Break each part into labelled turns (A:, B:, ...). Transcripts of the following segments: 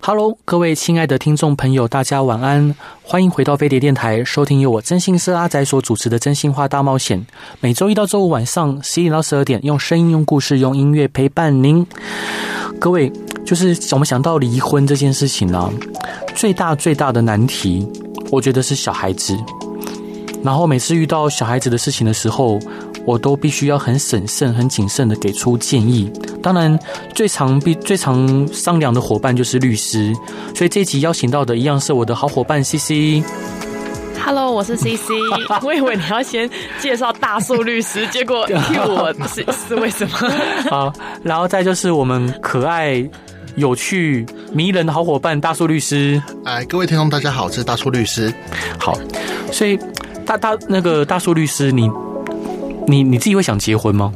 A: Hello，各位亲爱的听众朋友，大家晚安！欢迎回到飞碟电台，收听由我真心社阿仔所主持的《真心话大冒险》。每周一到周五晚上十一点到十二点，用声音、用故事、用音乐陪伴您。各位，就是我们想到离婚这件事情呢、最大最大的难题，我觉得是小孩子。然后每次遇到小孩子的事情的时候，我都必须要很审慎、很谨慎的给出建议。当然，最常必最常商量的伙伴就是律师，所以这一集邀请到的一样是我的好伙伴 C C。
B: Hello，我是 CC。我以为你要先介绍大树律师，结果 Q 我是是为什么？
A: 好，啊 然后再就是我们可爱、有趣、迷人的好伙伴大树律师。
C: 哎，各位听众，大家好，我是大树律师。
A: 好，所以大大那个大树律师，你你你自己会想结婚吗？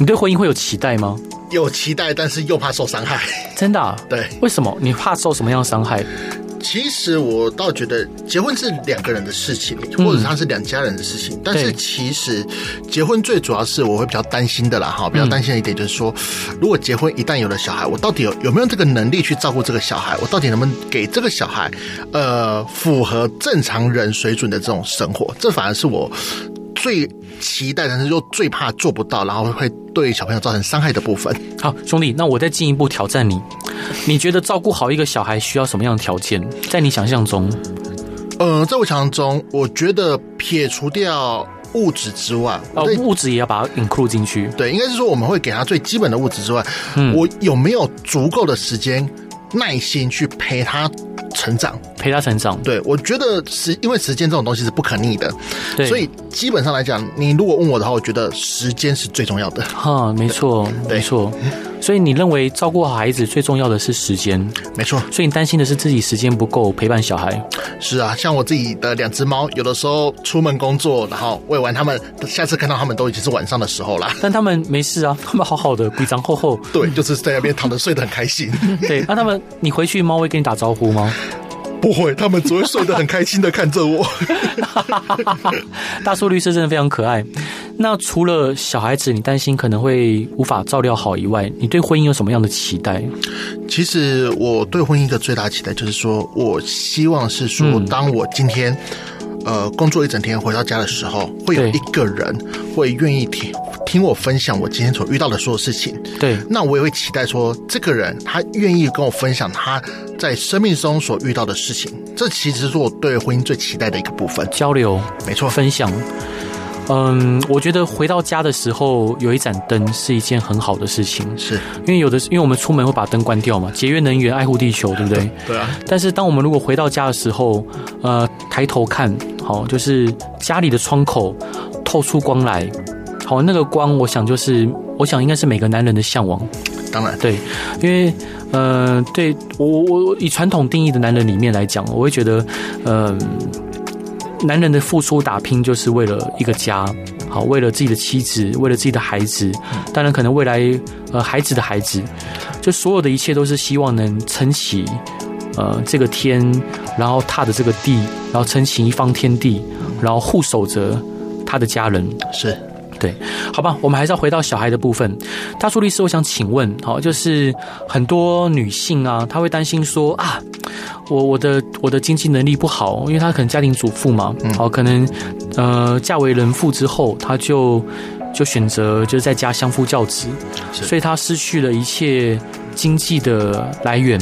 A: 你对婚姻会有期待吗？
C: 有期待，但是又怕受伤害。
A: 真的、啊？
C: 对，
A: 为什么？你怕受什么样的伤害？
C: 其实我倒觉得结婚是两个人的事情，或者他是两家人的事情。但是其实结婚最主要是我会比较担心的啦，哈，比较担心的一点就是说，如果结婚一旦有了小孩，我到底有有没有这个能力去照顾这个小孩？我到底能不能给这个小孩，呃，符合正常人水准的这种生活？这反而是我最期待，但是又最怕做不到，然后会对小朋友造成伤害的部分。
A: 好，兄弟，那我再进一步挑战你，你觉得照顾好一个小孩需要什么样的条件？在你想象中，
C: 呃，在我想象中，我觉得撇除掉物质之外，
A: 呃
C: 我在，
A: 物质也要把它 include 进去。
C: 对，应该是说我们会给他最基本的物质之外，
A: 嗯
C: 我有没有足够的时间、耐心去陪他成长？
A: 陪他成长。
C: 对我觉得时，因为时间这种东西是不可逆的，
A: 对，
C: 所以基本上来讲，你如果问我的话，我觉得时间是最重要的。
A: 哈，没错，
C: 对
A: 没错。所以你认为照顾好孩子最重要的是时间，
C: 没错，
A: 所以你担心的是自己时间不够陪伴小孩。
C: 是啊，像我自己的两只猫，有的时候出门工作，然后喂完它们，下次看到它们都已经是晚上的时候啦。
A: 但他们没事啊，他们好好的，规章厚 厚。
C: 对，就是在那边躺着睡得很开心。
A: 对，那、他们你回去猫会跟你打招呼吗？
C: 不会，他们只会睡得很开心的看着我。
A: 大树律师真的非常可爱。那除了小孩子你担心可能会无法照料好以外，你对婚姻有什么样的期待？
C: 其实我对婚姻的最大期待就是说，我希望是说，当我今天。呃，工作一整天回到家的时候，会有
A: 对
C: 一个人会愿意听听我分享我今天所遇到的所有事情。
A: 对，
C: 那我也会期待说，这个人他愿意跟我分享他在生命中所遇到的事情。这其实是我对婚姻最期待的一个部分。
A: 交流
C: 没错，
A: 分享。嗯，我觉得回到家的时候有一盏灯是一件很好的事情。
C: 是
A: 因为有的，因为我们出门会把灯关掉嘛，节约能源，爱护地球，对不对？
C: 对啊，
A: 但是当我们如果回到家的时候，呃，抬头看，好，就是家里的窗口透出光来，好，那个光，我想就是，我想应该是每个男人的向往，
C: 当然
A: 对，因为，呃，对我我我以传统定义的男人里面来讲，我会觉得，嗯、男人的付出打拼就是为了一个家，好，为了自己的妻子，为了自己的孩子，当然可能未来呃孩子的孩子，就所有的一切都是希望能撑起呃这个天，然后踏着这个地，然后撑起一方天地，然后护守着他的家人。
C: 是。
A: 对，好吧，我们还是要回到小孩的部分。大树律师，我想请问，好，就是很多女性啊，她会担心说啊，我我的我的经济能力不好，因为她可能家庭主妇嘛，好，可能呃嫁为人妇之后，她就就选择就是在家相夫教子，
C: 是
A: 所以她失去了一切经济的来源，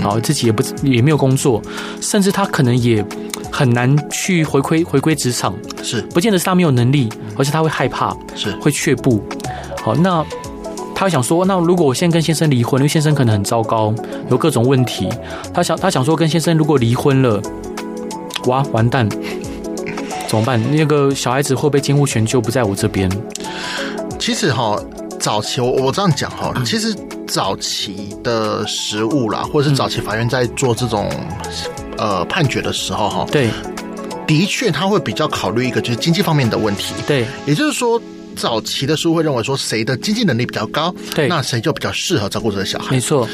A: 好，自己也不也没有工作，甚至她可能也很难去回归回归职场，
C: 是
A: 不见得是她没有能力，而是她会害怕。
C: 是
A: 会却步。好，那他想说，那如果我现在跟先生离婚，因为先生可能很糟糕，有各种问题，他想他想说跟先生如果离婚了，哇，完蛋，怎么办？那个小孩子会不会监护权就不在我这边？
C: 其实哈，早期我我这样讲哈，
A: 嗯
C: 其实早期的食物啦，或者是早期法院在做这种。呃判决的时候哈，
A: 对
C: 的确他会比较考虑一个就是经济方面的问题，
A: 对
C: 也就是说。早期的书会认为说谁的经济能力比较高，
A: 对
C: 那谁就比较适合照顾这个小孩
A: 没。错，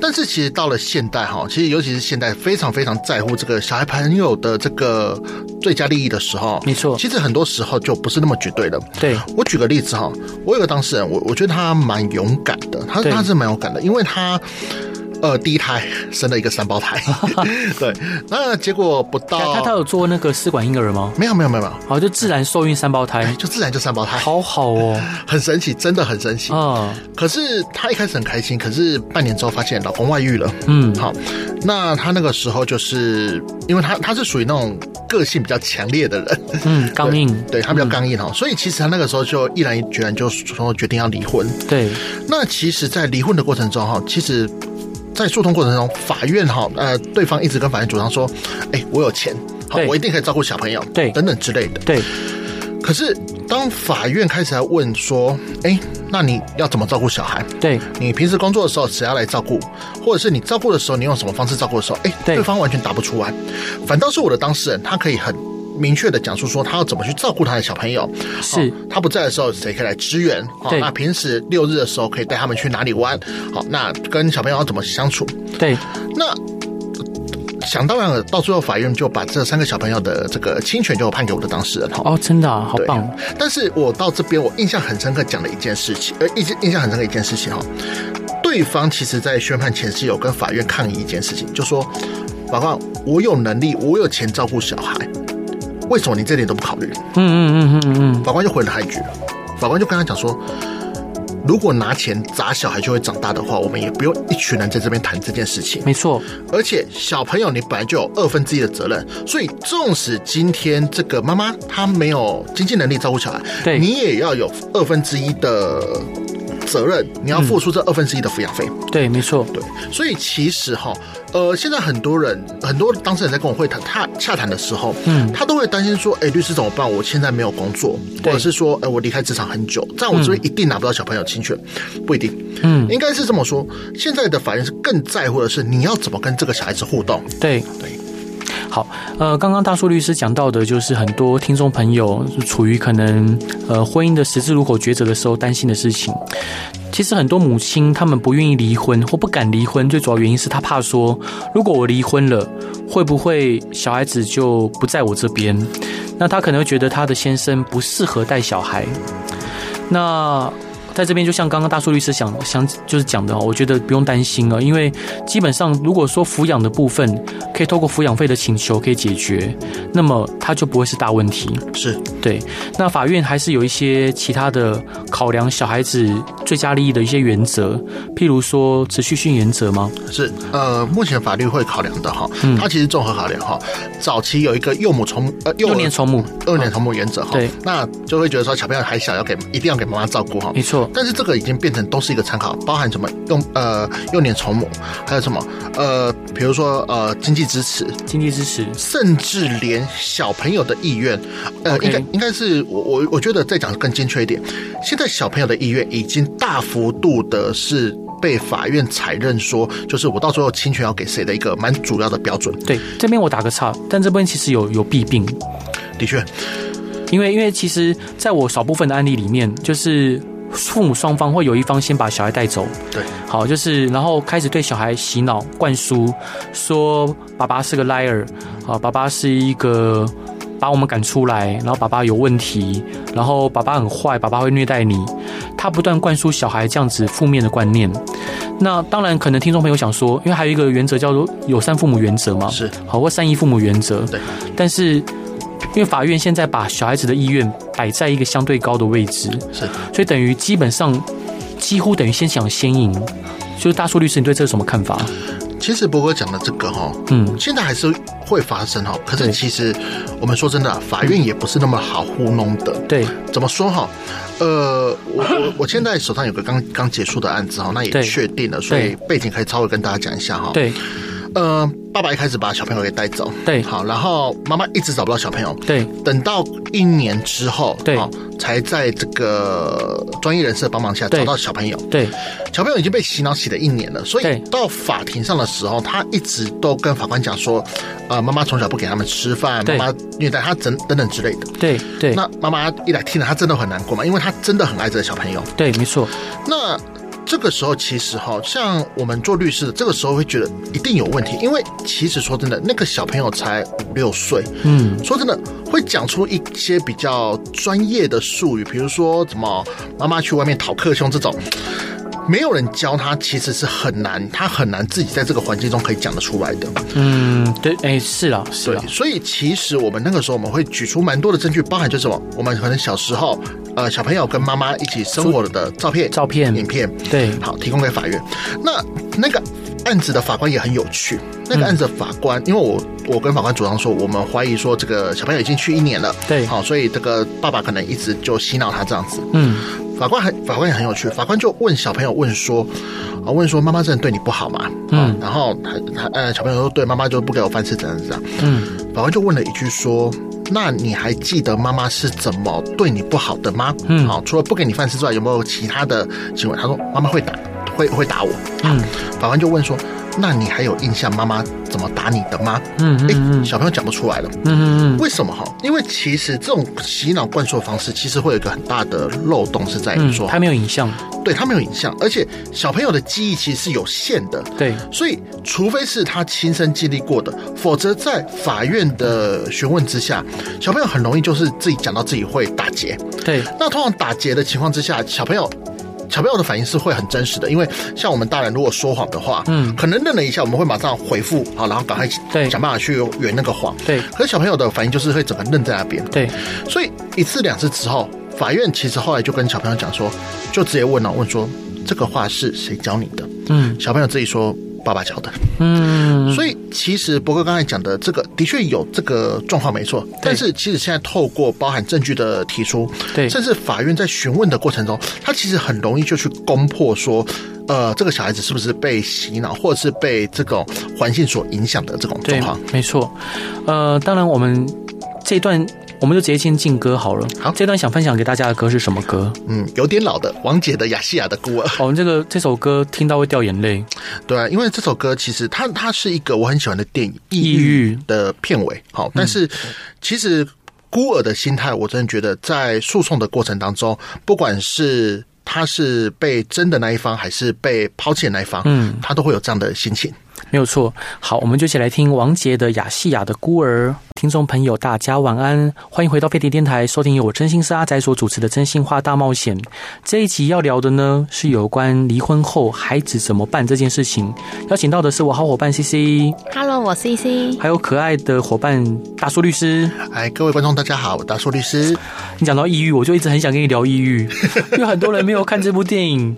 C: 但是其实到了现代哈，其实尤其是现代非常非常在乎这个小孩朋友的这个最佳利益的时候，
A: 没错
C: 其实很多时候就不是那么绝对了。
A: 对
C: 我举个例子哈，我有个当事人，我我觉得他蛮勇敢的，他
A: 对
C: 他是蛮勇敢的，因为他。呃，第一胎生了一个三 胞胎，对，那结果不到
A: 他他他有做那个试管婴儿吗？
C: 没有没有没有没有，
A: 好，就自然受孕三胞胎，
C: 就自然就三胞胎，
A: 哎好好哦，
C: 很神奇，真的很神奇。
A: 啊，
C: 可是她一开始很开心，可是半年之后发现老公外遇了。
A: 嗯，
C: 好，那她那个时候就是因为她她是属于那种个性比较强烈的人，
A: 嗯，刚硬，
C: 对她比较刚硬哈，所以其实她那个时候就毅然决然就说决定要离婚。
A: 对
C: 那其实，在离婚的过程中哈，其实。在诉讼过程中，法院哈，呃，对方一直跟法院主张说，哎、我有钱，好
A: 对，
C: 我一定可以照顾小朋友，
A: 对
C: 等等之类的。
A: 对
C: 可是，当法院开始来问说，哎、那你要怎么照顾小孩？
A: 对
C: 你平时工作的时候谁要来照顾，或者是你照顾的时候你用什么方式照顾的时候，哎、
A: 对
C: 对方完全答不出来，反倒是我的当事人，他可以很。明确的讲述说他要怎么去照顾他的小朋友，
A: 是
C: 哦他不在的时候谁可以来支援？哦
A: 对
C: 那平时六日的时候可以带他们去哪里玩？好，那跟小朋友要怎么相处？
A: 对
C: 那呃想当然了，到最后法院就把这三个小朋友的这个侵权就判给我的当事人哈。
A: 哦，真的啊好
C: 对
A: 棒，
C: 但是我到这边，我印象很深刻讲的一件事情，呃，印印象很深刻一件事情哈，对方其实在宣判前是有跟法院抗议一件事情，就说法官，我有能力，我有钱照顾小孩，为什么你这点都不考虑？
A: 嗯嗯嗯嗯嗯，
C: 法官就回了他一句，法官就跟他讲说。如果拿钱砸小孩就会长大的话，我们也不用一群人在这边谈这件事情。
A: 没错，
C: 而且小朋友你本来就有二分之一的责任，所以纵使今天这个妈妈她没有经济能力照顾小孩，
A: 对
C: 你也要有二分之一的责任，你要付出这二分之一的抚养费。
A: 对，没错，
C: 对，所以其实哈，呃，现在很多人很多当事人在跟我会谈、他洽谈的时候，
A: 嗯
C: 他都会担心说，哎、律师怎么办？我现在没有工作，
A: 对
C: 或者是说，哎、我离开职场很久，这样我这边一定拿不到小朋友侵权，不一定，
A: 嗯，
C: 应该是这么说。现在的法院是更在乎的是你要怎么跟这个小孩子互动，
A: 对。
C: 对，
A: 好，呃，刚刚大树律师讲到的，就是很多听众朋友处于可能呃婚姻的十字路口抉择的时候担心的事情。其实很多母亲她们不愿意离婚或不敢离婚，最主要原因是她怕说，如果我离婚了，会不会小孩子就不在我这边？那她可能会觉得她的先生不适合带小孩。那在这边，就像刚刚大树律师想想就是讲的哦，我觉得不用担心啊，因为基本上如果说抚养的部分可以透过抚养费的请求可以解决，那么它就不会是大问题。
C: 是
A: 对，那法院还是有一些其他的考量小孩子最佳利益的一些原则，譬如说持续性原则吗？
C: 是，呃，目前法律会考量的哈，
A: 嗯
C: 它其实综合考量哈，早期有一个幼母从呃幼
A: 幼
C: 儿
A: 年从母，
C: 幼年同母原则哈，
A: 对，
C: 那就会觉得说小朋友还小，要给一定要给妈妈照顾哈。
A: 没错，
C: 但是这个已经变成都是一个参考，包含什么用呃幼年从母，还有什么呃，比如说呃经济支持，
A: 经济支持，
C: 甚至连小朋友的意愿，呃
A: OK
C: 应该应该是我我我觉得再讲得更精确一点，现在小朋友的意愿已经大幅度的是被法院裁认说，就是我到最后侵权要给谁的一个蛮主要的标准。
A: 对，这边我打个岔，但这边其实有有弊病，
C: 的确，
A: 因为因为其实在我少部分的案例里面，就是父母双方会有一方先把小孩带走，
C: 对，
A: 好，就是然后开始对小孩洗脑灌输，说爸爸是个 liar，啊，爸爸是一个把我们赶出来，然后爸爸有问题，然后爸爸很坏，爸爸会虐待你。他不断灌输小孩这样子负面的观念。那当然，可能听众朋友想说，因为还有一个原则叫做友善父母原则嘛，
C: 是
A: 好或善意父母原则，
C: 对，
A: 但是。因为法院现在把小孩子的意愿摆在一个相对高的位置，
C: 是。
A: 所以等于基本上几乎等于先想先赢。就是大树律师，你对这有什么看法？
C: 其实博哥讲的这个哈，
A: 嗯，
C: 现在还是会发生哈，可
A: 对
C: 是其实我们说真的啊，法院也不是那么好糊弄的。
A: 对
C: 怎么说哈？呃，我我 我现在手上有个刚刚结束的案子哈，那
A: 对
C: 也确定了，所以背景可以稍微跟大家讲一下哈。，
A: 对
C: 呃，爸爸一开始把小朋友给带走，
A: 对
C: 好，然后妈妈一直找不到小朋友，
A: 对
C: 等到一年之后，
A: 对
C: 好才在这个专业人士的帮忙下
A: 对
C: 找到小朋友。
A: 对
C: 小朋友已经被洗脑洗了一年了，所
A: 对
C: 以到法庭上的时候，他一直都跟法官讲说，呃，妈妈从小不给他们吃饭，
A: 对
C: 妈妈虐待他等等等之类的。
A: 对对
C: 那妈妈一来听了，她真的很难过嘛，因为她真的很爱这个小朋友。
A: 对，没错，
C: 那这个时候其实哈，像我们做律师的，这个时候会觉得一定有问题，因为其实说真的，那个小朋友才五六岁，
A: 嗯，
C: 说真的会讲出一些比较专业的术语，比如说怎么妈妈去外面讨克兄这种。没有人教他，其实是很难，他很难自己在这个环境中可以讲得出来的。
A: 嗯，对，哎，是啦，是
C: 对
A: 啦，，
C: 所以其实我们那个时候我们会举出蛮多的证据，包含就是什么，我们可能小时候，呃，小朋友跟妈妈一起生活的照片、
A: 照片
C: 影片，
A: 对
C: 好，提供给法院。那那个案子的法官也很有趣，那个案子的法官，因为我我跟法官主张说，我们怀疑说这个小朋友已经去一年了，
A: 对
C: 好，所以这个爸爸可能一直就洗脑他这样子。
A: 嗯，
C: 法官很法官也很有趣，法官就问小朋友问说，啊，问说妈妈真的对你不好吗？
A: 嗯
C: 嗯，然后他他呃小朋友说对，妈妈就不给我饭吃，怎样怎样。
A: 嗯，
C: 法官就问了一句说。那你还记得妈妈是怎么对你不好的吗？
A: 嗯
C: 好，除了不给你饭吃之外，有没有其他的行为？他说妈妈会打，会会打我。
A: 嗯，
C: 法官就问说，那你还有印象妈妈怎么打你的吗？
A: 嗯
C: 诶，
A: 嗯嗯
C: 小朋友讲不出来了，
A: 嗯嗯
C: 为什么哈？因为其实这种洗脑灌输的方式，其实会有一个很大的漏洞，是在于
A: 嗯，
C: 说，
A: 他没有影像，
C: 对他没有影像，而且小朋友的记忆其实是有限的，
A: 对
C: 所以除非是他亲身经历过的，否则在法院的询问之下，小朋友很容易就是自己讲到自己会打结。
A: 对
C: 那通常打结的情况之下，小朋友。小朋友的反应是会很真实的，因为像我们大人如果说谎的话，
A: 嗯
C: 可能愣了一下，我们会马上回复，好，然后赶快
A: 对
C: 想办法去圆那个谎。
A: 对
C: 可是小朋友的反应就是会整个愣在那边。
A: 对，
C: 所以一次两次之后，法院其实后来就跟小朋友讲说，就直接问了、问说这个话是谁教你的？
A: 嗯
C: 小朋友自己说爸爸教的。
A: 嗯，
C: 所以其实博哥刚才讲的这个的确有这个状况没错，但是其实现在透过包含证据的提出，
A: 对
C: 甚至法院在询问的过程中，他其实很容易就去攻破说。呃，这个小孩子是不是被洗脑，或者是被这种环境所影响的这种状
A: 对
C: 况？，
A: 没错，呃，当然我们这段。我们就直接先进歌好了。
C: 好
A: 这段想分享给大家的歌是什么歌？
C: 嗯，有点老的王姐的《雅西亚的孤儿》。
A: 哦，这个这首歌听到会掉眼泪。
C: 对啊，因为这首歌其实它它是一个我很喜欢的电影《抑
A: 抑郁
C: 郁》的片尾，
A: 嗯
C: 好，但是其实孤儿的心态，我真的觉得在诉讼的过程当中，不管是他是被争的那一方，还是被抛弃的那一方，
A: 嗯，
C: 他都会有这样的心情。
A: 没有错。好，我们就一起来听王杰的《雅西亚的孤儿》。听众朋友，大家晚安，欢迎回到飞碟电台，收听由我真心是阿仔所主持的《真心话大冒险》。这一集要聊的呢，是有关离婚后孩子怎么办这件事情。邀请到的是我好伙伴 C C，
B: Hello，我 C C，
A: 还有可爱的伙伴大叔律师。
C: 哎，各位观众，大家好，我大硕律 师。
A: 你讲到抑郁，我就一直很想跟你聊抑郁，因为很多人没有看这部电影。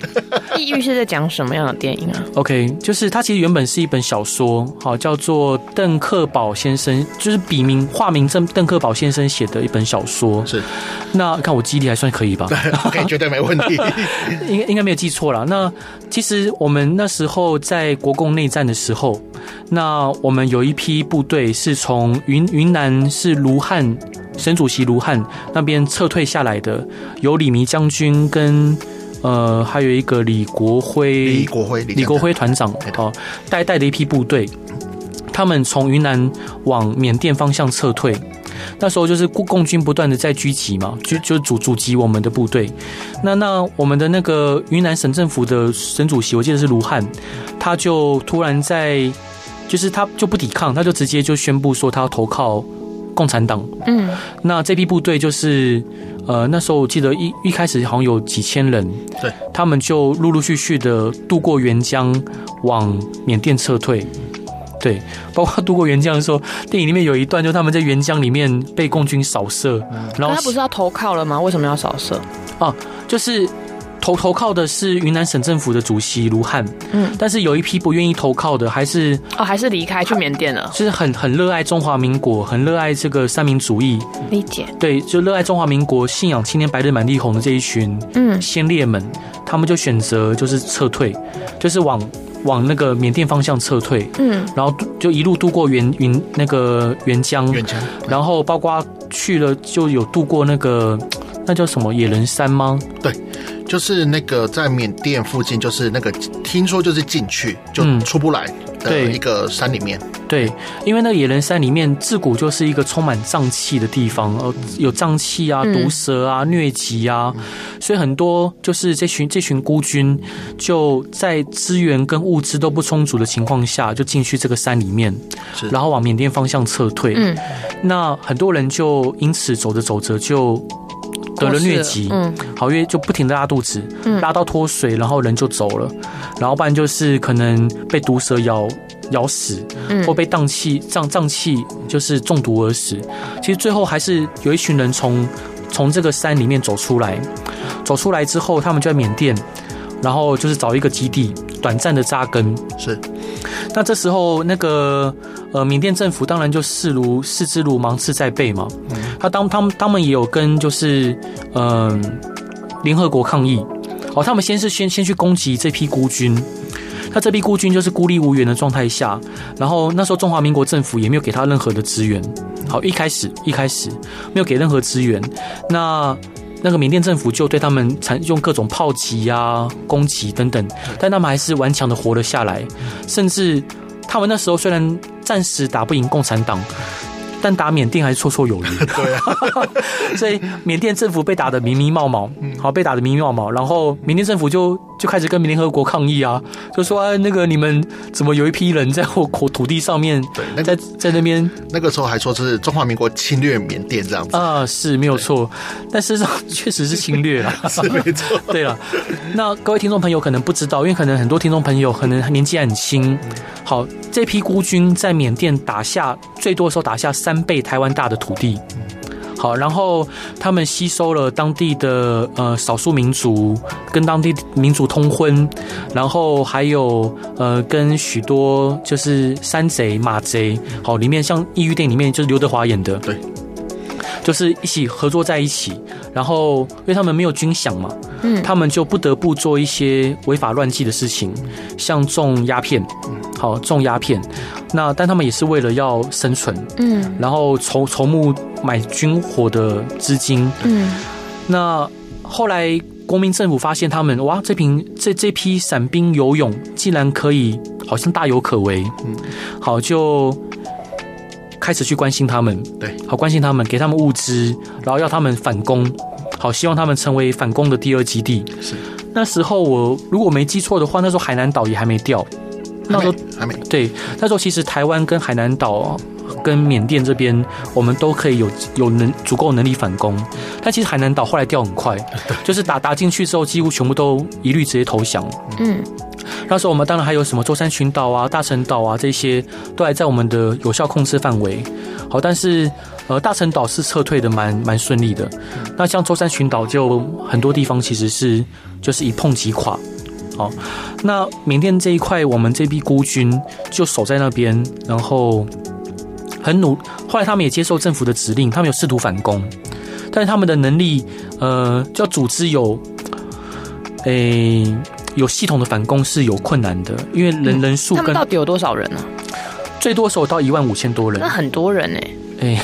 B: 抑郁是在讲什么样的电影啊？
A: OK，就是它其实原本是一本小说，好叫做邓克宝先生，就是笔名化名邓邓克宝先生写的一本小说。
C: 是，
A: 那看我记忆力还算可以吧？
C: OK，绝哎对没问题。
A: 应该应该没有记错啦。那其实我们那时候在国共内战的时候，那我们有一批部队是从云云南是卢汉省主席卢汉那边撤退下来的，有李弥将军跟呃还有一个李国辉，
C: 李国 辉，
A: 李国辉团长
C: 对的
A: 哦带带的一批部队，他们从云南往缅甸方向撤退。那时候就是共共军不断的在狙击嘛，狙就阻阻击我们的部队。那那我们的那个云南省政府的省主席，我记得是卢汉，他就突然在，就是他就不抵抗，他就直接就宣布说他要投靠共产党。
B: 嗯，
A: 那这批部队就是，呃，那时候我记得一一开始好像有几千人，
C: 对，
A: 他们就陆陆续续的渡过沅江，往缅甸撤退。对，包括渡过沅江的时候，电影里面有一段，就他们在沅江里面被共军扫射，然
B: 那
A: 后
B: 他不是要投靠了吗？为什么要扫射？
A: 就是投投靠的是云南省政府的主席卢汉，
B: 嗯，
A: 但是有一批不愿意投靠的，还是
B: 哦，还是离开去缅甸了？
A: 就是很很热爱中华民国，很热爱这个三民主义，
B: 理解，
A: 对，就热爱中华民国、信仰青天白日满地红的这一群
B: 嗯
A: 先烈们，他们就选择就是撤退，就是往往那个缅甸方向撤退，
B: 嗯，
A: 然后就一路渡过沅沅那个沅江，
C: 远江，
A: 然后包括去了就有渡过那个那叫什么野人山吗？
C: 就是那个在缅甸附近，就是那个听说就是进去就
A: 嗯
C: 出不来的
A: 对
C: 一个山里面，
A: 对，因为那个野人山里面自古就是一个充满瘴气的地方，呃，有瘴气啊、
B: 嗯
A: 毒蛇啊、疟疾啊，所以很多就是这群这群孤军就在资源跟物资都不充足的情况下，就进去这个山里面
C: 是，
A: 然后往缅甸方向撤退。
B: 嗯，
A: 那很多人就因此走着走着就得了疟疾，
B: 嗯
A: 好月就不停的拉肚子，
B: 嗯
A: 拉到脱水，然后人就走了，然后不然就是可能被毒蛇咬咬死，
B: 嗯
A: 或被瘴气瘴瘴气就是中毒而死。其实最后还是有一群人从从这个山里面走出来，走出来之后，他们就在缅甸，然后就是找一个基地短暂的扎根。
C: 是
A: 那这时候，那个呃，缅甸政府当然就视如视之如芒刺在背嘛。他当他们他们也有跟就是嗯、联合国抗议。哦，他们先是先先去攻击这批孤军。那这批孤军就是孤立无援的状态下，然后那时候中华民国政府也没有给他任何的资源。好，一开始一开始没有给任何资源，那那个缅甸政府就对他们采用各种炮击啊、攻击等等，但他们还是顽强的活了下来。甚至他们那时候虽然暂时打不赢共产党，但打缅甸还是绰绰有余。对啊， 所以缅甸政府被打得迷迷冒冒，好被打得迷迷冒冒，然后缅甸政府就就开始跟联合国抗议啊，就说、哎、那个你们怎么有一批人在我国土地上面，
C: 对那个
A: 在在那边
C: 那个时候还说是中华民国侵略缅甸这样子，
A: 啊、是没有错，但事实上确实是侵略了。啊
C: 是 没错，
A: 对了，那各位听众朋友可能不知道，因为可能很多听众朋友可能年纪还很轻。好，这批孤军在缅甸打下最多的时候打下三倍台湾大的土地。好，然后他们吸收了当地的呃少数民族，跟当地民族通婚，然后还有呃跟许多就是山贼、马贼，好，里面像《抑郁电影》里面就是刘德华演的，
C: 对，
A: 就是一起合作在一起，然后因为他们没有军饷嘛，
B: 嗯
A: 他们就不得不做一些违法乱纪的事情，像种鸦片，
C: 嗯
A: 好种鸦片。那但他们也是为了要生存，
B: 嗯
A: 然后筹筹募买军火的资金。
B: 嗯
A: 那后来国民政府发现他们，哇，这批这这批伞兵游泳竟然可以，好像大有可为。
C: 嗯
A: 好就。开始去关心他们，
C: 对，
A: 好关心他们，给他们物资，然后要他们反攻，好希望他们成为反攻的第二基地。
C: 是
A: 那时候我如果没记错的话，那时候海南岛也还没掉。那
C: 还
A: 时候
C: 没还没
A: 对，那时候其实台湾跟海南岛、跟缅甸这边，我们都可以有有能足够能力反攻。但其实海南岛后来掉很快，就是打打进去之后，几乎全部都一律直接投降。
B: 嗯
A: 那时候我们当然还有什么舟山群岛啊、大陈岛啊这些，都还在我们的有效控制范围。好，但是呃，大陈岛是撤退的蛮蛮顺利的。那像舟山群岛就很多地方其实是就是一碰即垮。好，那缅甸这一块，我们这批孤军就守在那边，然后很努。后来他们也接受政府的指令，他们有试图反攻，但是他们的能力，呃，叫组织有，诶、有系统的反攻是有困难的，因为人人数
B: 嗯他们
A: 跟
B: 到底有多少人呢、啊
A: 最多时候到一万五千多人
B: 那，很多人哎、
A: 哎、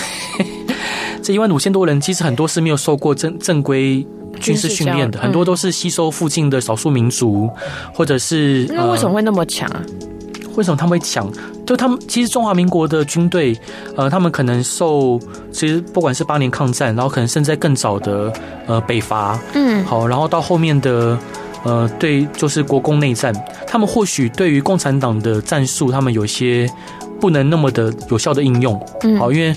A: 这一万五千多人，其实很多是没有受过正正规军事训练
B: 军事教
A: 的，
B: 育嗯
A: 很多都是吸收附近的少数民族，或者是
B: 那为什么会那么强啊？
A: 呃为什么他们会抢？就他们其实中华民国的军队，呃，他们可能受其实不管是八年抗战，然后可能甚至在更早的呃北伐，
B: 嗯
A: 好，然后到后面的呃，对，就是国共内战，他们或许对于共产党的战术，他们有一些不能那么的有效的应用。
B: 嗯
A: 好，因为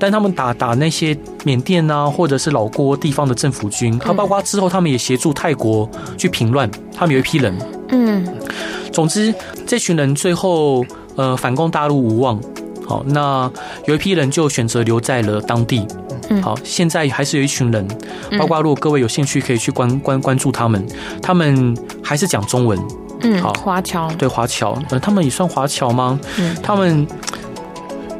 A: 但他们打打那些缅甸啊，或者是老挝地方的政府
B: 嗯
A: 军，还包括之后他们也协助泰国去平乱，他们有一批人。
B: 嗯
A: 总之，这群人最后呃反攻大陆无望。好，那有一批人就选择留在了当地。
B: 嗯
A: 好，现在还是有一群人，
B: 嗯
A: 包括如果各位有兴趣，可以去关关关注他们，他们还是讲中文，
B: 嗯
A: 好，
B: 华侨
A: 对华侨，呃，他们也算华侨吗？
B: 嗯
A: 他们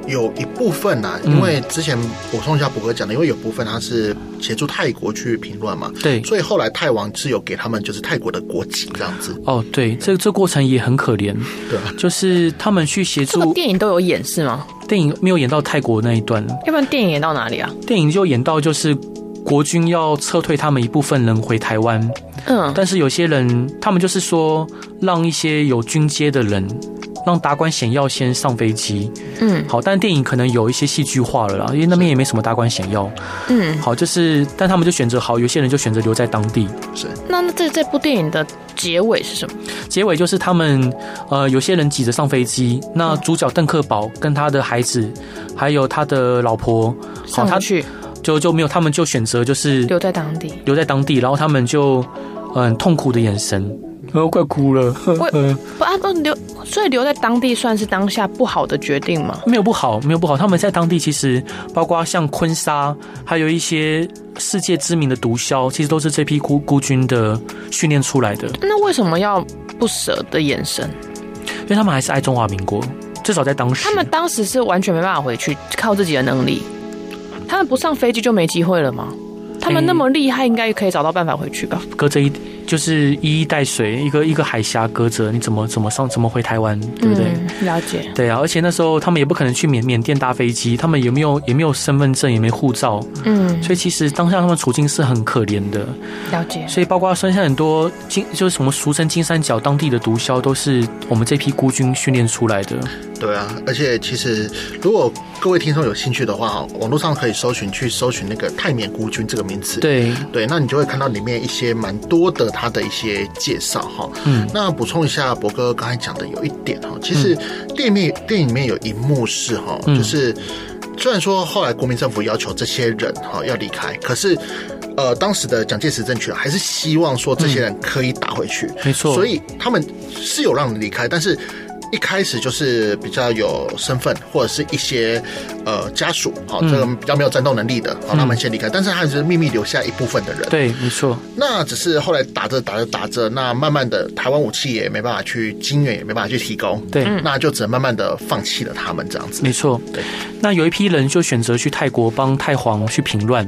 C: 有一部分呐、啊，
A: 嗯
C: 因为之前补充一下，博哥讲的，因为有部分他是协助泰国去评论嘛，
A: 对
C: 所以后来泰王是有给他们就是泰国的国籍这样子，
A: 哦，对，这这过程也很可怜，
C: 对啊
A: 就是他们去协
B: 这个
A: 助
B: 电影都有演是吗？
A: 电影没有演到泰国那一段，
B: 要不然电影演到哪里啊？
A: 电影就演到就是国军要撤退他们一部分人回台湾，
B: 嗯，
A: 但是有些人他们就是说让一些有军阶的人。让达官显要先上飞机，
B: 嗯
A: 好，但电影可能有一些戏剧化了啦，因为那边也没什么达官显要，
B: 嗯，
A: 好，就是，但他们就选择好，有些人就选择留在当地。
C: 是
B: 那那这这部电影的结尾是什么？
A: 结尾就是他们，呃，有些人挤着上飞机，
B: 嗯
A: 那主角邓克宝跟他的孩子，还有他的老婆，好，
B: 上
A: 他
B: 不去
A: 就就没有，他们就选择就是
B: 留在当地，
A: 留在当地，然后他们就，嗯、痛苦的眼神，然后快哭了， 嗯，
B: 不啊不留，所以留在当地算是当下不好的决定吗？
A: 没有不好，没有不好，他们在当地其实包括像坤沙，还有一些世界知名的毒枭，其实都是这批孤孤军的训练出来的。
B: 那为什么要不舍的眼神？
A: 因为他们还是爱中华民国，至少在当时。
B: 他们当时是完全没办法回去，靠自己的能力。他们不上飞机就没机会了吗？他们那么厉害，应该可以找到办法回去吧？
A: 隔着一就是一衣带水，一个一个海峡隔着，你怎么怎么上怎么回台湾，对不对？
B: 嗯，了解。
A: 对啊，而且那时候他们也不可能去缅缅甸搭飞机，他们也没有也没有身份证，也没护照，
B: 嗯，
A: 所以其实当下他们处境是很可怜的。
B: 了解。
A: 所以包括山下很多金，就是什么俗称金三角当地的毒枭，都是我们这批孤军训练出来的。
C: 对啊，而且其实如果各位听众有兴趣的话，哦网络上可以搜寻去搜寻那个泰缅孤军这个名词，
A: 对，
C: 对，那你就会看到里面一些蛮多的它的一些介绍哈。
A: 嗯，
C: 那补充一下博哥刚才讲的有一点哈，其实电影面电影里面有一幕是哈，
A: 嗯
C: 就是虽然说后来国民政府要求这些人哈要离开，可是。呃，当时的蒋介石政权还是希望说这些人可以打回去，
A: 嗯没错
C: 所以他们是有让你离开，但是一开始就是比较有身份或者是一些呃家属，好、
A: 嗯
C: 这个比较没有战斗能力的，好、他们先离开，但是他还是秘密留下一部分的人。
A: 对，没错，
C: 那只是后来打着打着打着，那慢慢的台湾武器也没办法去金援，也没办法去提供，
A: 对，
C: 那就只能慢慢的放弃了他们这样子。
A: 没错
C: 对，
A: 那有一批人就选择去泰国帮泰皇去平乱，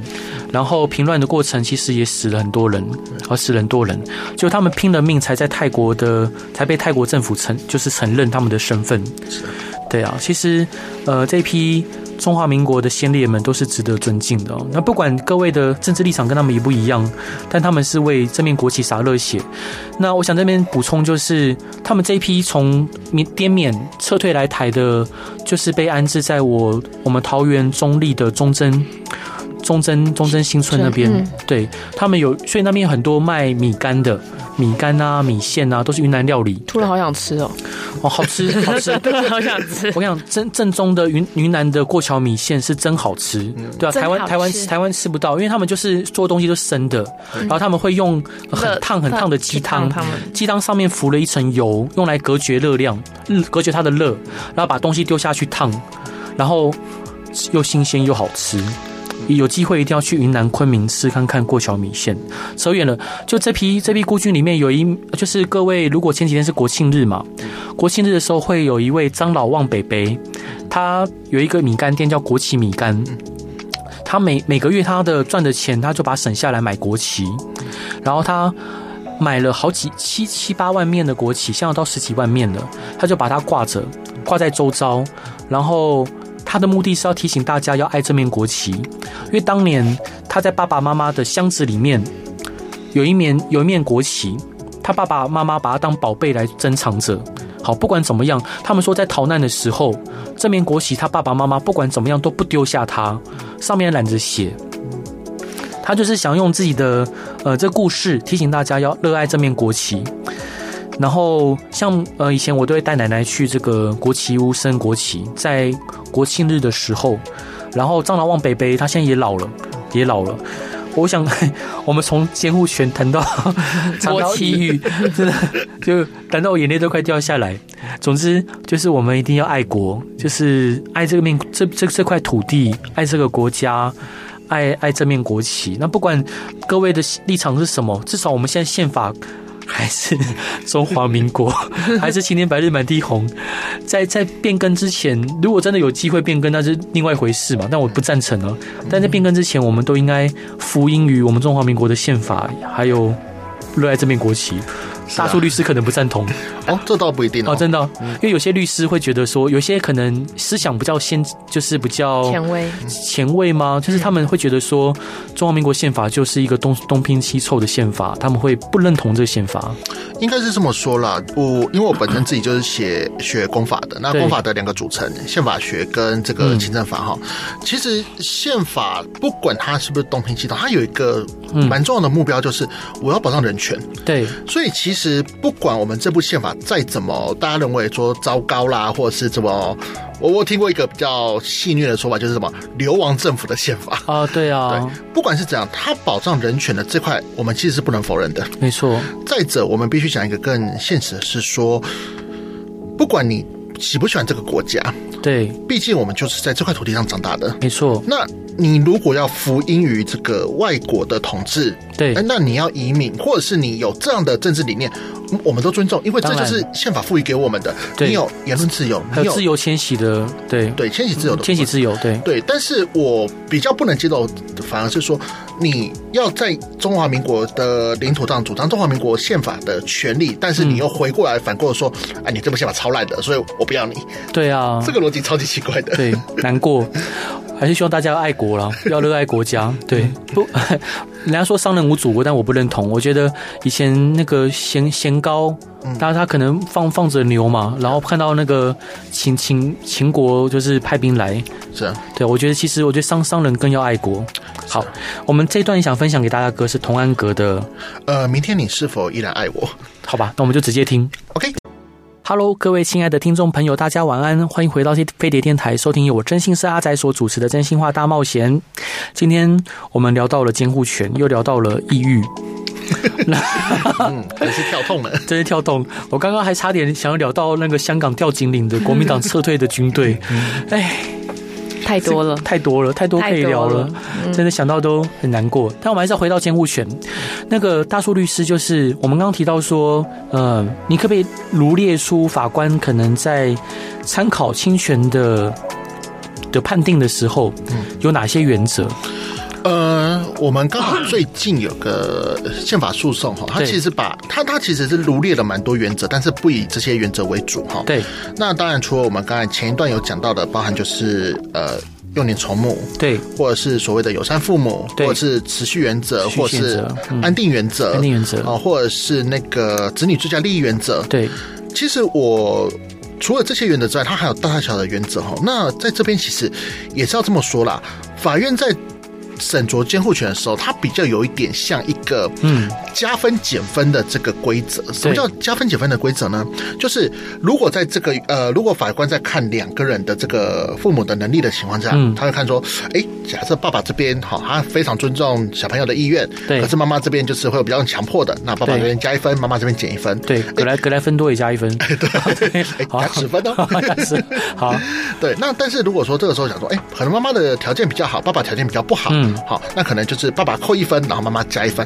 A: 然后平乱的过程其实也死了很多人，而死了很多人，就他们拼了命才在泰国的，才被泰国政府承就是承认他们的身份。
C: 是
A: 对啊，其实呃这批中华民国的先烈们都是值得尊敬的、哦。那不管各位的政治立场跟他们一不一样，但他们是为这面国旗洒热血。那我想这边补充就是，他们这一批从缅滇缅撤退来台的，就是被安置在我我们桃园中立的忠贞。忠贞忠贞新村那边，
B: 嗯
A: 对他们有，所以那边有很多卖米干的，米干啊、米线啊，都是云南料理，
B: 突然好想吃 哦，
A: 哦，好吃，好 吃，
B: 真的好想 吃。
A: 我跟你讲，正正宗的云云南的过桥米线是真好吃，对啊，
B: 真
A: 台湾
B: 好吃
A: 台湾台湾吃不到，因为他们就是做东西都是生的，然后他们会用很烫很烫的鸡汤
B: 嗯鸡，汤们
A: 鸡汤上面浮了一层油，用来隔绝热量，嗯隔绝它的热，然后把东西丢下去烫，然后又新鲜又好吃。有机会一定要去云南昆明吃看看过桥米线。扯远了，就这批这批孤军里面有一，就是各位如果前几天是国庆日嘛，国庆日的时候会有一位张老旺北北，他有一个米干店叫国旗米干。他每每个月他的赚的钱，他就把它省下来买国旗，然后他买了好几七七八万面的国旗，现在到十几万面了，他就把它挂着，挂在周遭，然后他的目的是要提醒大家要爱这面国旗，因为当年他在爸爸妈妈的箱子里面有一面有一面国旗，他爸爸妈妈把它当宝贝来珍藏着。好，不管怎么样，他们说在逃难的时候，这面国旗他爸爸妈妈不管怎么样都不丢下它，上面染着血。他就是想用自己的呃这故事提醒大家要热爱这面国旗。然后像呃以前我都会带奶奶去这个国旗屋升国旗，在国庆日的时候，然后蟑螂望北北他现在也老了，也老了。我想， 我们从监护权谈到 谈到抑郁，真的就谈到我眼泪都快掉下来。总之，就是我们一定要爱国，就是爱这个面这这这块土地，爱这个国家，爱爱这面国旗。那不管各位的立场是什么，至少我们现在宪法还是 中华民 国，还是青天白日满地红，在在变更之前，如果真的有机会变更，那是另外一回事嘛。但我不赞成啊。但在变更之前，我们都应该服膺于我们中华民国的宪法，还有热爱这面国旗。
C: 是啊
A: 大树律师可能不赞同。
C: 哦，这倒不一定
A: 哦，
C: 哦。
A: 真的哦、因为有些律师会觉得说，有些可能思想比较先，就是比较
B: 前卫，
A: 前卫吗？就是他们会觉得说，中华民国宪法就是一个东东拼西凑的宪法，他们会不认同这个宪法。
C: 应该是这么说啦。我因为我本身自己就是写 学公法的，那
A: 对
C: 公法的两个组成，宪法学跟这个行政法哈。其实宪法不管它是不是东平系统，它有一个蛮重要的目标，就是我要保障人权。
A: 对，
C: 所以其实不管我们这部宪法再怎么大家认为说糟糕啦，或者是怎么，我我听过一个比较戏谑的说法，就是什么流亡政府的宪法。
A: 啊、对啊，
C: 对，不管是怎样，它保障人权的这块，我们其实是不能否认的。
A: 没错，
C: 再者，我们必须讲一个更现实的是说，不管你喜不喜欢这个国家，
A: 对，
C: 毕竟我们就是在这块土地上长大的。
A: 没错，
C: 那你如果要服膺于这个外国的统治，
A: 对
C: 哎，那你要移民，或者是你有这样的政治理念，嗯我们都尊重，因为这
A: 当
C: 就
A: 然
C: 是宪法赋予给我们的。
A: 对
C: 你有言论自由，
A: 还
C: 你
A: 有自由迁徙的，对，
C: 对迁徙自由的部分
A: 迁徙自由，对，
C: 对，但是我比较不能接受，反而是说你要在中华民国的领土上主张中华民国宪法的权利，但是你又回过来反过来说，哎，你这部宪法超烂的，所以我不要你，
A: 对啊，
C: 这个逻辑超级奇怪的。
A: 对，难过，还是希望大家要爱国啦，要热爱国家。对，不， 人家说商人无祖国，但我不认同。我觉得以前那个咸咸高，他他可能放放着牛嘛，然后看到那个秦秦秦国就是派兵来，
C: 是啊，
A: 对我觉得其实我觉得商商人更要爱国。好，我们这一段想分享给大家的歌是童安格的，
C: 呃，明天你是否依然爱我
A: 好吧，那我们就直接听。
C: ？OK，
A: Hello，各位亲爱的听众朋友，大家晚安，欢迎回到飞碟电台，收听由我真心是阿仔所主持的《真心话大冒险》。今天我们聊到了监护权，又聊到了抑郁，啊
C: 嗯，可是跳痛了。
A: 真是跳动。我刚刚还差点想要聊到那个香港吊颈岭的国民党撤退的军队，哎，
B: 太多了。
A: 太多了，嗯太多可以聊了，真的想到都很难过。但我们还是要回到监护权。那个大树律师就是我们刚刚提到说，呃，你可不可以罗列出法官可能在参考侵权的的判定的时候，有哪些原则？
C: 呃，我们刚好最近有个宪法诉讼哈，它
A: 对
C: 其实把它它其实是罗列了蛮多原则，但是不以这些原则为主哈。
A: 对
C: 那当然，除了我们刚才前一段有讲到的，包含就是呃幼年从母，
A: 对，
C: 或者是所谓的友善父母，
A: 对
C: 或者是持续原则，
A: 持
C: 或
A: 续
C: 者
A: 原则嗯
C: 是安定原则，
A: 安定原则
C: 啊、或者是那个子女最佳利益原则。
A: 对
C: 其实我。除了这些原则之外，它还有大大小小的原则哈。那在这边其实也是要这么说啦，法院在审酌监护权的时候，它比较有一点像一个
A: 嗯
C: 加分减分的这个规则。什么叫加分减分的规则呢？就是如果在这个呃，如果法官在看两个人的这个父母的能力的情况下，
A: 嗯
C: 他会看说，哎，假设爸爸这边好，他非常尊重小朋友的意愿，
A: 对
C: 可是妈妈这边就是会有比较强迫的，那爸爸
A: 对
C: 这边加一分，妈妈这边减一分，
A: 对，格莱格莱芬多也加一分， 对
C: 哎，
A: 好
C: 加十分 哦
A: 加十好，
C: 对，那但是如果说这个时候想说，哎，可能妈妈的条件比较好，爸爸条件比较不好，
A: 嗯
C: 好，那可能就是爸爸扣一分，然后妈妈加一分。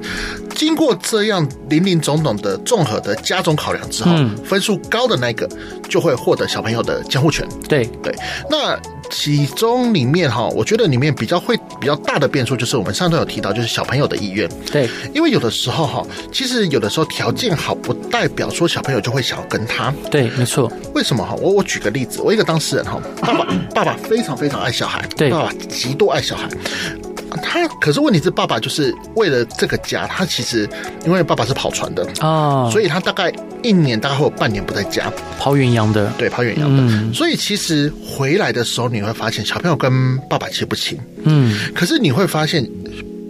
C: 经过这样林林总总的综合的加总考量之后，
A: 嗯
C: 分数高的那一个就会获得小朋友的监护权。
A: 对
C: 对，那其中里面哈，我觉得里面比较会比较大的变数就是我们上段有提到，就是小朋友的意愿，
A: 对
C: 因为有的时候哈，其实有的时候条件好不代表说小朋友就会想要跟他，
A: 对，没错，
C: 为什么哈？我我举个例子，我一个当事人哈，爸爸爸爸非常非常爱小孩，
A: 对
C: 爸爸极度爱小孩。他可是问题是，爸爸就是为了这个家，他其实因为爸爸是跑船的，
A: 啊，
C: 所以他大概一年大概会有半年不在家，
A: 跑远洋的，
C: 对，跑远洋的。
A: 嗯
C: 所以其实回来的时候，你会发现小朋友跟爸爸切不清，
A: 嗯，
C: 可是你会发现。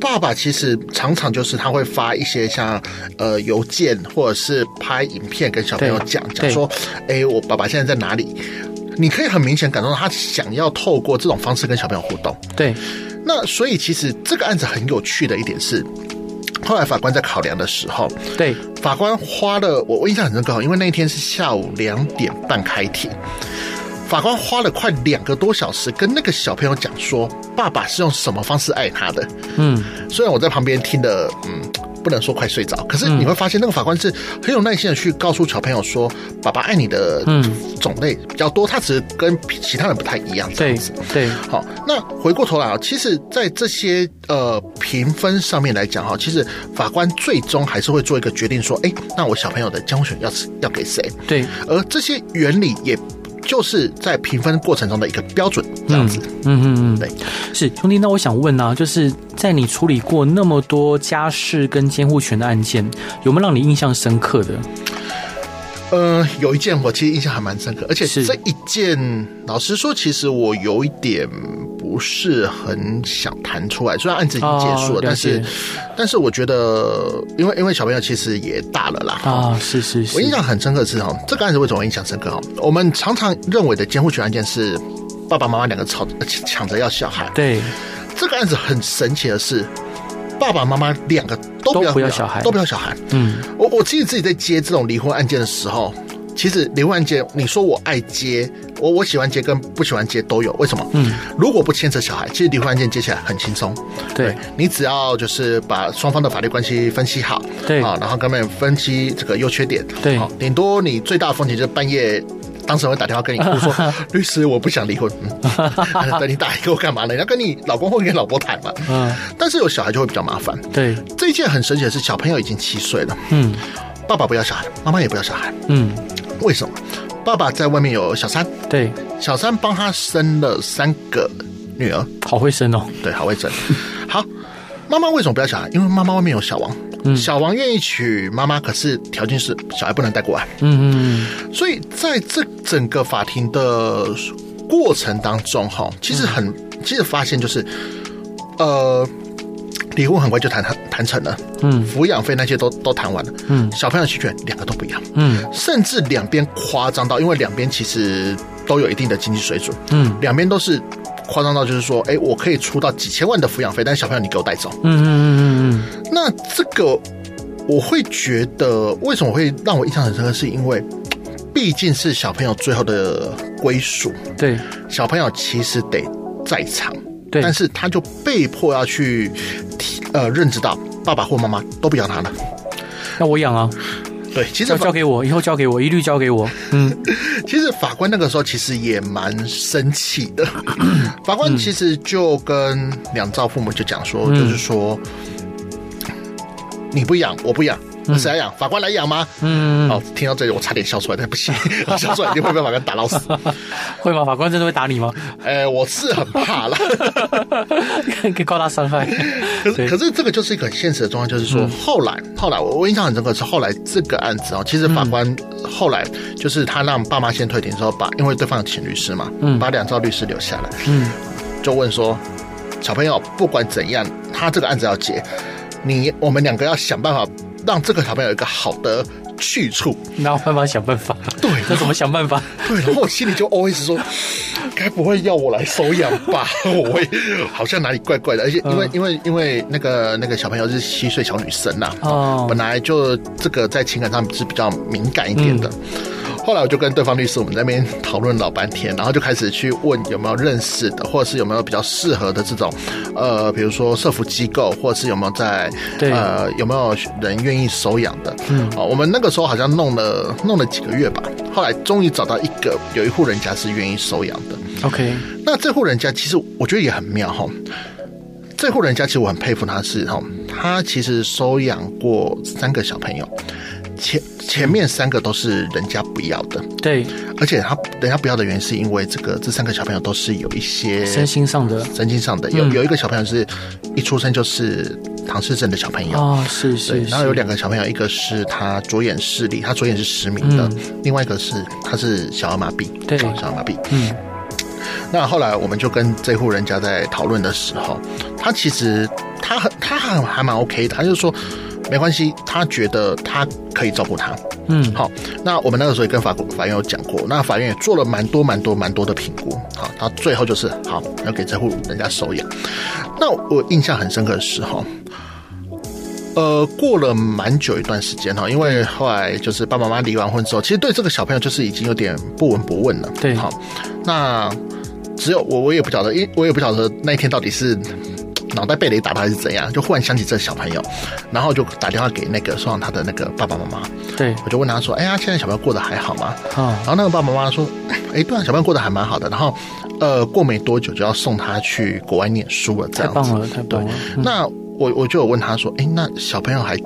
C: 爸爸其实常常就是他会发一些像呃邮件或者是拍影片跟小朋友
A: 对啊
C: 讲
A: 对
C: 讲说，哎，我爸爸现在在哪里？你可以很明显感受到他想要透过这种方式跟小朋友互动。
A: 对
C: 那所以其实这个案子很有趣的一点是，后来法官在考量的时候，
A: 对
C: 法官花了我我印象很深刻，因为那一天是下午两点半开庭，法官花了快两个多小时跟那个小朋友讲说，爸爸是用什么方式爱他的。
A: 嗯
C: 虽然我在旁边听的，嗯，不能说快睡着，可是你会发现那个法官是很有耐心的去告诉小朋友说，爸爸爱你的种类比较多，他只是跟其他人不太一样这
A: 对
C: 样子。
A: 对，
C: 好，那回过头来啊，其实，在这些呃评分上面来讲哈，其实法官最终还是会做一个决定，说，哎、那我小朋友的监护权要要给谁？
A: 对，
C: 而这些原理也就是在评分过程中的一个标准，这样子。
A: 嗯嗯嗯，
C: 对，
A: 是兄弟。那我想问啊，就是在你处理过那么多家事跟监护权的案件，有没有让你印象深刻的？
C: 呃，有一件我其实印象还蛮深刻，而且
A: 是
C: 这一件，老实说，其实我有一点不是很想谈出来。虽然案子已经结束了，
A: 哦了
C: 但是
A: 解，
C: 但是我觉得，因为因为小朋友其实也大了啦，
A: 啊，是是
C: 我
A: 是
C: 印，象很深刻的是哈，这个案子为什么印象深刻哈？哦我们常常认为的监护权案件是爸爸妈妈两个吵呃抢抢着要小孩，
A: 对，
C: 这个案子很神奇的是，爸爸妈妈两个都不要
A: 都不要小孩
C: 都不要小孩。
A: 嗯，
C: 我我记得自己在接这种离婚案件的时候，其实离婚案件，你说我爱接，我我喜欢接跟不喜欢接都有，为什么？
A: 嗯，
C: 如果不牵扯小孩，其实离婚案件接起来很轻松。
A: 对，
C: 你只要就是把双方的法律关系分析好，
A: 对
C: 啊，然后跟他们分析这个优缺点，
A: 对
C: 好顶多你最大的风险就是半夜。当事人会打电话跟你 哭说：“律师，我不想离婚。嗯” 对你打给我干嘛呢？你要跟你老公或跟你老婆谈嘛。
A: 嗯，
C: 但是有小孩就会比较麻烦。
A: 对，
C: 这一件很神奇的是，小朋友已经七岁了，
A: 嗯
C: 爸爸不要小孩，妈妈也不要小孩，
A: 嗯，
C: 为什么？爸爸在外面有小三，
A: 对，
C: 小三帮他生了三个女儿，
A: 好会生哦，
C: 对，好会整。好，妈妈为什么不要小孩？因为妈妈外面有小王，小王愿意娶妈妈，可是条件是小孩不能带过来。
A: 嗯嗯
C: 所以在这整个法庭的过程当中，哈，其实很，其实发现就是，呃，离婚很快就谈谈成了，
A: 嗯，
C: 抚养费那些都都谈完了，
A: 嗯
C: 小朋友的弃权两个都不要，
A: 嗯
C: 甚至两边夸张到，因为两边其实都有一定的经济水准，
A: 嗯
C: 两边都是夸张到，就是说，哎、我可以出到几千万的抚养费，但是小朋友你给我带走。
A: 嗯嗯嗯嗯
C: 那这个我会觉得，为什么会让我印象很深刻，是因为毕竟是小朋友最后的归属，
A: 嗯，对
C: 小朋友其实得在场，
A: 对，
C: 但是他就被迫要去提呃认知到爸爸或妈妈都不要他了。
A: 那我养啊，
C: 对，其实
A: 要交给我，以后交给我，一律交给我，嗯
C: 其实法官那个时候其实也蛮生气的，法官其实就跟两兆父母就讲说，就是说你不养，我不养，那谁来养？法官来养吗？
A: 嗯，
C: 哦，听到这里我差点笑出来，但不行，我笑出来一定会被法官打到死。
A: 会吗？法官真的会打你吗？
C: 哎，我是很怕啦，
A: 可以告他伤害，
C: 可是
A: 对嗯
C: 可是这个就是一个很现实的状况，就是说后来后来我我印象很深刻是后来这个案子哦，其实法
A: 嗯
C: 官后来就是他让爸妈先退庭之后，把因为对方有请律师嘛，
A: 嗯
C: 把两兆律师留下来，
A: 嗯，
C: 就问说，小朋友不管怎样，他这个案子要结，你我们两个要想办法让这个小朋友有一个好的去处。
A: 那我办法想办法，
C: 对，
A: 那怎么想办法？
C: 对， 然后我心里就 always 说，该不会要我来收养吧？我会好像哪里怪怪的，而且因为、因为因为那个那个小朋友是七岁小女生啊呐、
A: 哦
C: 本来就这个在情感上是比较敏感一点的。
A: 嗯
C: 后来我就跟对方律师我们在那边讨论老半天，然后就开始去问有没有认识的，或者是有没有比较适合的这种，呃，比如说社服机构，或者是有没有在
A: 对
C: 呃有没有人愿意收养的。嗯，哦，我们那个时候好像弄了弄了几个月吧，后来终于找到一个有一户人家是愿意收养的。
A: OK，
C: 那这户人家其实我觉得也很妙哈。这户人家其实我很佩服他是哈，他其实收养过三个小朋友，前前面三个都是人家不要的，
A: 对，
C: 而且他人家不要的原因是因为这个这三个小朋友都是有一些
A: 身心上的
C: 神经上的，有有一个小朋友是一出生就是唐氏症的小朋友，
A: 哦，是
C: 对，
A: 是
C: 然后有
A: 是，
C: 两个小朋友，一个是他左眼视力，他左眼是失明的，另外一个是他是小儿麻痹，
A: 嗯对
C: 小儿麻痹。
A: 嗯，
C: 那后来我们就跟这户人家在讨论的时候，他其实他很他很还蛮 OK 的，他就说没关系，他觉得他可以照顾他。
A: 嗯，
C: 好，那我们那个时候也跟法国法院有讲过，那法院也做了蛮多蛮多蛮多的评估，好，到最后就是好要给这户人家收养。那我印象很深刻的是哈，呃，过了蛮久一段时间哈，因为后来就是爸爸妈妈离完婚之后，其实对这个小朋友就是已经有点不闻不问了。
A: 对
C: 好，那只有我我也不晓得，因我也不晓得那一天到底是。脑袋被雷打到还是怎样，就忽然想起这个小朋友，然后就打电话给那个送上他的那个爸爸妈妈，
A: 对，
C: 我就问他说：“哎呀，现在小朋友过得还好吗？”
A: 啊
C: 然，后那个爸爸妈妈说：“哎，对啊，小朋友过得还蛮好的。”然后，呃，过没多久就要送他去国外念书了，这
A: 太
C: 样
A: 棒
C: 子。
A: 了，太棒了，嗯
C: 那我我就有问他说：“哎，那小朋友还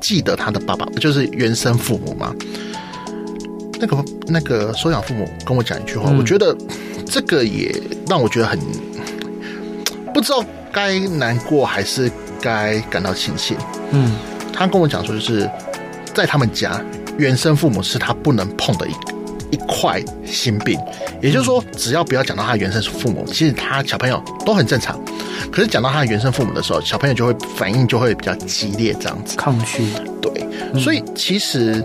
C: 记得他的爸爸，就是原生父母吗？”那个那个收养父母跟我讲一句话，
A: 嗯
C: 我觉得这个也让我觉得很不知道该难过还是该感到庆幸。
A: 嗯，
C: 他跟我讲说，就是在他们家，原生父母是他不能碰的一一块心病，也就是说，只要不要讲到他的原生父母，其实他小朋友都很正常。可是讲到他的原生父母的时候，小朋友就会反应就会比较激烈，这样子。
A: 抗拒，
C: 对，所以其实。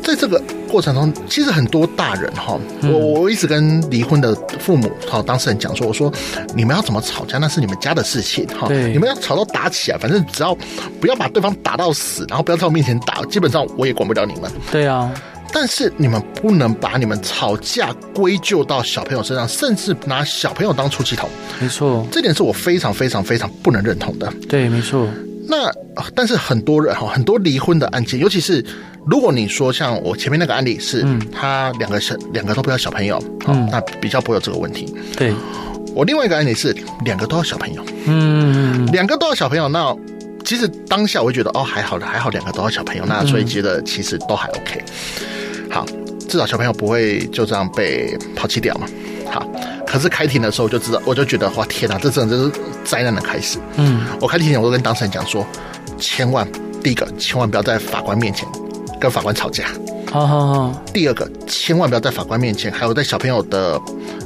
C: 在这个过程中，其实很多大人哈，我我一直跟离婚的父母哈当事人讲说，我说你们要怎么吵架那是你们家的事情哈，
A: 对
C: 你们要吵到打起来，反正只要不要把对方打到死，然后不要在我面前打，基本上我也管不了你们。
A: 对啊，
C: 但是你们不能把你们吵架归咎到小朋友身上，甚至拿小朋友当出气筒，
A: 没错，
C: 这点是我非常非常非常不能认同的。
A: 对，没错，
C: 那啊但是很多人哈，很多离婚的案件，尤其是如果你说像我前面那个案例是，他两个小两个都不要小朋友，好、那比较不会有这个问题。
A: 对，
C: 我另外一个案例是两个都要小朋友，
A: 嗯，
C: 两个都要小朋友，那其实当下我会觉得哦还好了，还好两个都要小朋友，那所以觉得其实都还 OK。好，至少小朋友不会就这样被抛弃掉嘛。好，可是开庭的时候我就知道，我就觉得哇天哪，这真的就是灾难的开始。
A: 嗯，
C: 我开庭前我都跟当事人讲说，千万第一个千万不要在法官面前跟法官吵架，
A: 嗯好好好，
C: 第二个千万不要在法官面前，还有在小朋友的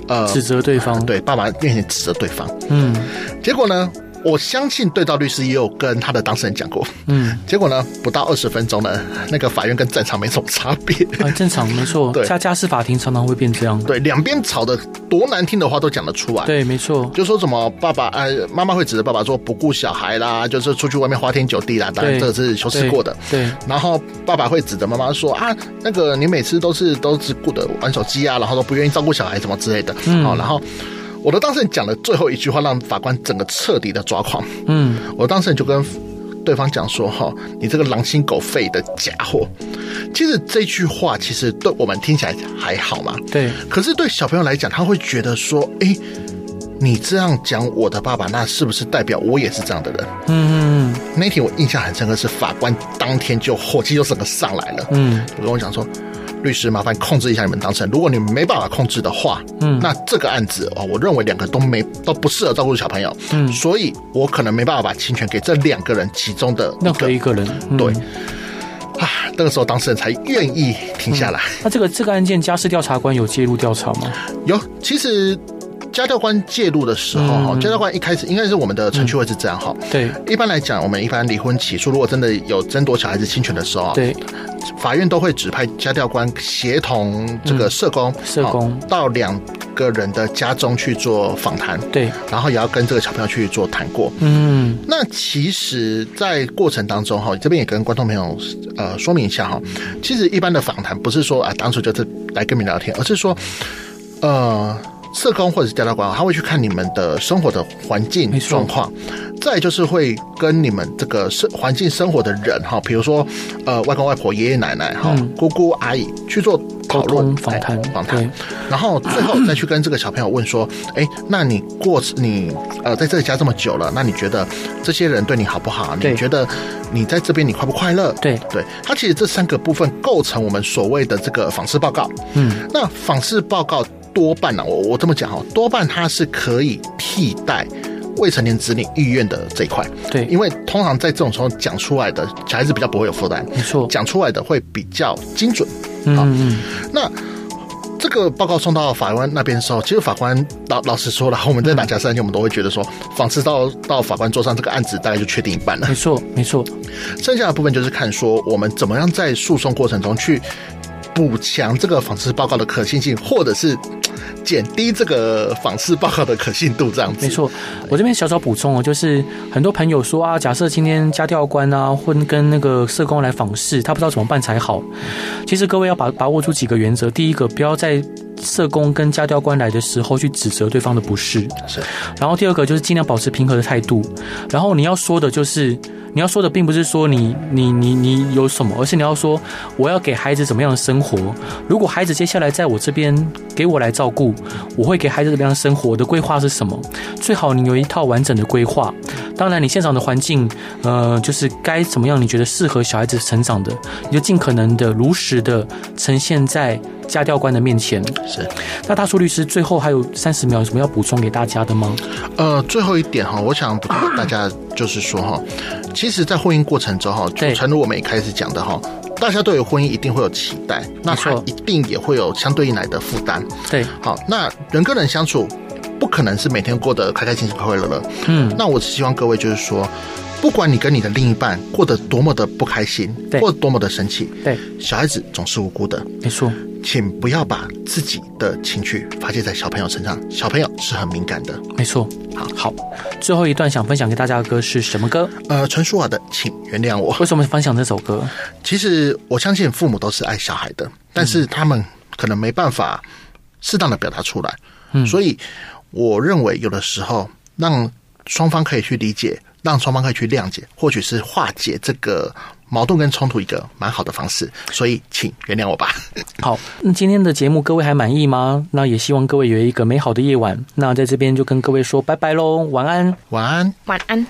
C: 呃
A: 指责对方，，
C: 对爸爸面前指责对方。
A: 嗯
C: 结果呢，我相信对照律师也有跟他的当事人讲过。
A: 嗯，
C: 结果呢，不到二十分钟呢，那个法院跟战场没什么差别。
A: 很啊正常，没 错，
C: 对
A: 家家事法庭常常会变这样，
C: 对，两边吵的多难听的话都讲得出来。
A: 对，没错，
C: 就说什么爸爸呃，妈妈会指着爸爸说不顾小孩啦，就是出去外面花天酒地啦，当然
A: 对
C: 这个是修饰
A: 对
C: 过的。
A: 对，
C: 然后爸爸会指着妈妈说啊，那个你每次都是都只顾着玩手机啊，然后都不愿意照顾小孩什么之类的。
A: 嗯
C: 好，然后我的当事人讲的最后一句话，让法官整个彻底的抓狂。
A: 嗯，
C: 我当事人就跟对方讲说：“哈，你这个狼心狗肺的家伙。”其实这句话其实对我们听起来还好嘛，
A: 对，
C: 可是对小朋友来讲，他会觉得说：“诶，你这样讲我的爸爸，那是不是代表我也是这样的人？”
A: 嗯嗯
C: 那一天我印象很深刻，是法官当天就火气就整个上来了，
A: 嗯
C: 就跟我讲说。律师，麻烦控制一下你们当事人。如果你们没办法控制的话，
A: 嗯
C: 那这个案子哦，我认为两个都没都不适合照顾小朋友，
A: 嗯
C: 所以我可能没办法把侵权给这两个人其中的一
A: 任
C: 个
A: 何一个人，嗯
C: 对啊。那个时候当事人才愿意停下来。
A: 那这个这个案件，家事调查官有介入调查吗？
C: 有，其实家教官介入的时候，
A: 嗯
C: 哈、家教官一开始应该是我们的程序会是这样哈。
A: 对
C: 一般来讲，我们一般离婚起诉，如果真的有争夺小孩子侵权的时候啊，
A: 对，
C: 法院都会指派家教官协同这个社工、
A: 嗯社工
C: 哦到两个人的家中去做访谈，
A: 对，
C: 然后也要跟这个小朋友去做谈过。
A: 嗯
C: 那其实，在过程当中哈，这边也跟观众朋友呃说明一下哈，其实一般的访谈不是说啊，当初就是来跟你聊天，而是说，呃，社工或者是调查官他会去看你们的生活的环境
A: 没错
C: 状况，再就是会跟你们这个生环境生活的人哈，比如说呃外公外婆、爷爷奶奶哈、
A: 嗯
C: 姑姑阿姨去做讨论
A: 沟通访谈
C: 哎访谈
A: 对，
C: 然后最后再去跟这个小朋友问说，哎，那你过你呃在这个家这么久了，那你觉得这些人对你好不好？
A: 对
C: 你觉得你在这边你快不快乐？
A: 对，
C: 对，它其实这三个部分构成我们所谓的这个访视报告。
A: 嗯，
C: 那访视报告多半呢、我我这么讲哦，多半它是可以替代。未成年子女意愿的这一块，
A: 对，
C: 因为通常在这种时候讲出来的小孩子比较不会有负担，
A: 没错，
C: 讲出来的会比较精准。
A: 嗯嗯
C: 那这个报告送到法官那边的时候，其实法官老老实说了，我们在打假设案件，我们都会觉得说，仿制到到法官桌上这个案子大概就确定一半了
A: 嗯，没，错没错，
C: 剩下的部分就是看说我们怎么样在诉讼过程中去补强这个仿制报告的可信性，或者是嘖减低这个仿制报告的可信度，这样子。
A: 没，错，我这边小小补充哦，就是很多朋友说啊，假设今天家教官啊，或跟那个社工来访视，他不知道怎么办才好。其实各位要把把握住几个原则，第一个，不要在社工跟家教官来的时候去指责对方的不是。
C: 是
A: 然后第二个就是尽量保持平和的态度。然后你要说的就是，你要说的并不是说你你你你有什么，而是你要说我要给孩子怎么样的生活。如果孩子接下来在我这边给我来照顾，我会给孩子怎么样的生活？我的规划是什么？最好你有一套完整的规划。当然，你现场的环境，呃，就是该怎么样你觉得适合小孩子成长的，你就尽可能的如实的呈现在家教官的面前。
C: 是。
A: 那大树律师最后还有三十秒，有什么要补充给大家的吗？
C: 呃，最后一点哈，我想补充给大家就是说哈，其实，在婚姻过程中哈，
A: 对
C: 就诚如我们一开始讲的哈，大家对于婚姻一定会有期待，那它
A: 没错
C: 一定也会有相对应来的负担。
A: 对，
C: 好，那人跟人相处，不可能是每天过得开开心心、快快乐乐。
A: 嗯，
C: 那我只希望各位就是说，不管你跟你的另一半过得多么的不开心，
A: 对
C: 或多么的生气，
A: 对，
C: 小孩子总是无辜的，
A: 没错，
C: 请不要把自己的情绪发泄在小朋友身上，小朋友是很敏感的。
A: 没错。好，好，最后一段想分享给大家的歌是什么歌？
C: 呃，陈淑华的，请原谅我。
A: 为什么分享这首歌？
C: 其实我相信父母都是爱小孩的，但是他们可能没办法适当的表达出来。嗯，所以我认为有的时候让双方可以去理解，让双方可以去谅解，或许是化解这个矛盾跟冲突一个蛮好的方式。所以，请原谅我 吧。
A: 好，那今天的节目各位还满意吗？那也希望各位有一个美好的夜晚。那在这边就跟各位说拜拜喽，晚安。
C: 晚安。
B: 晚安。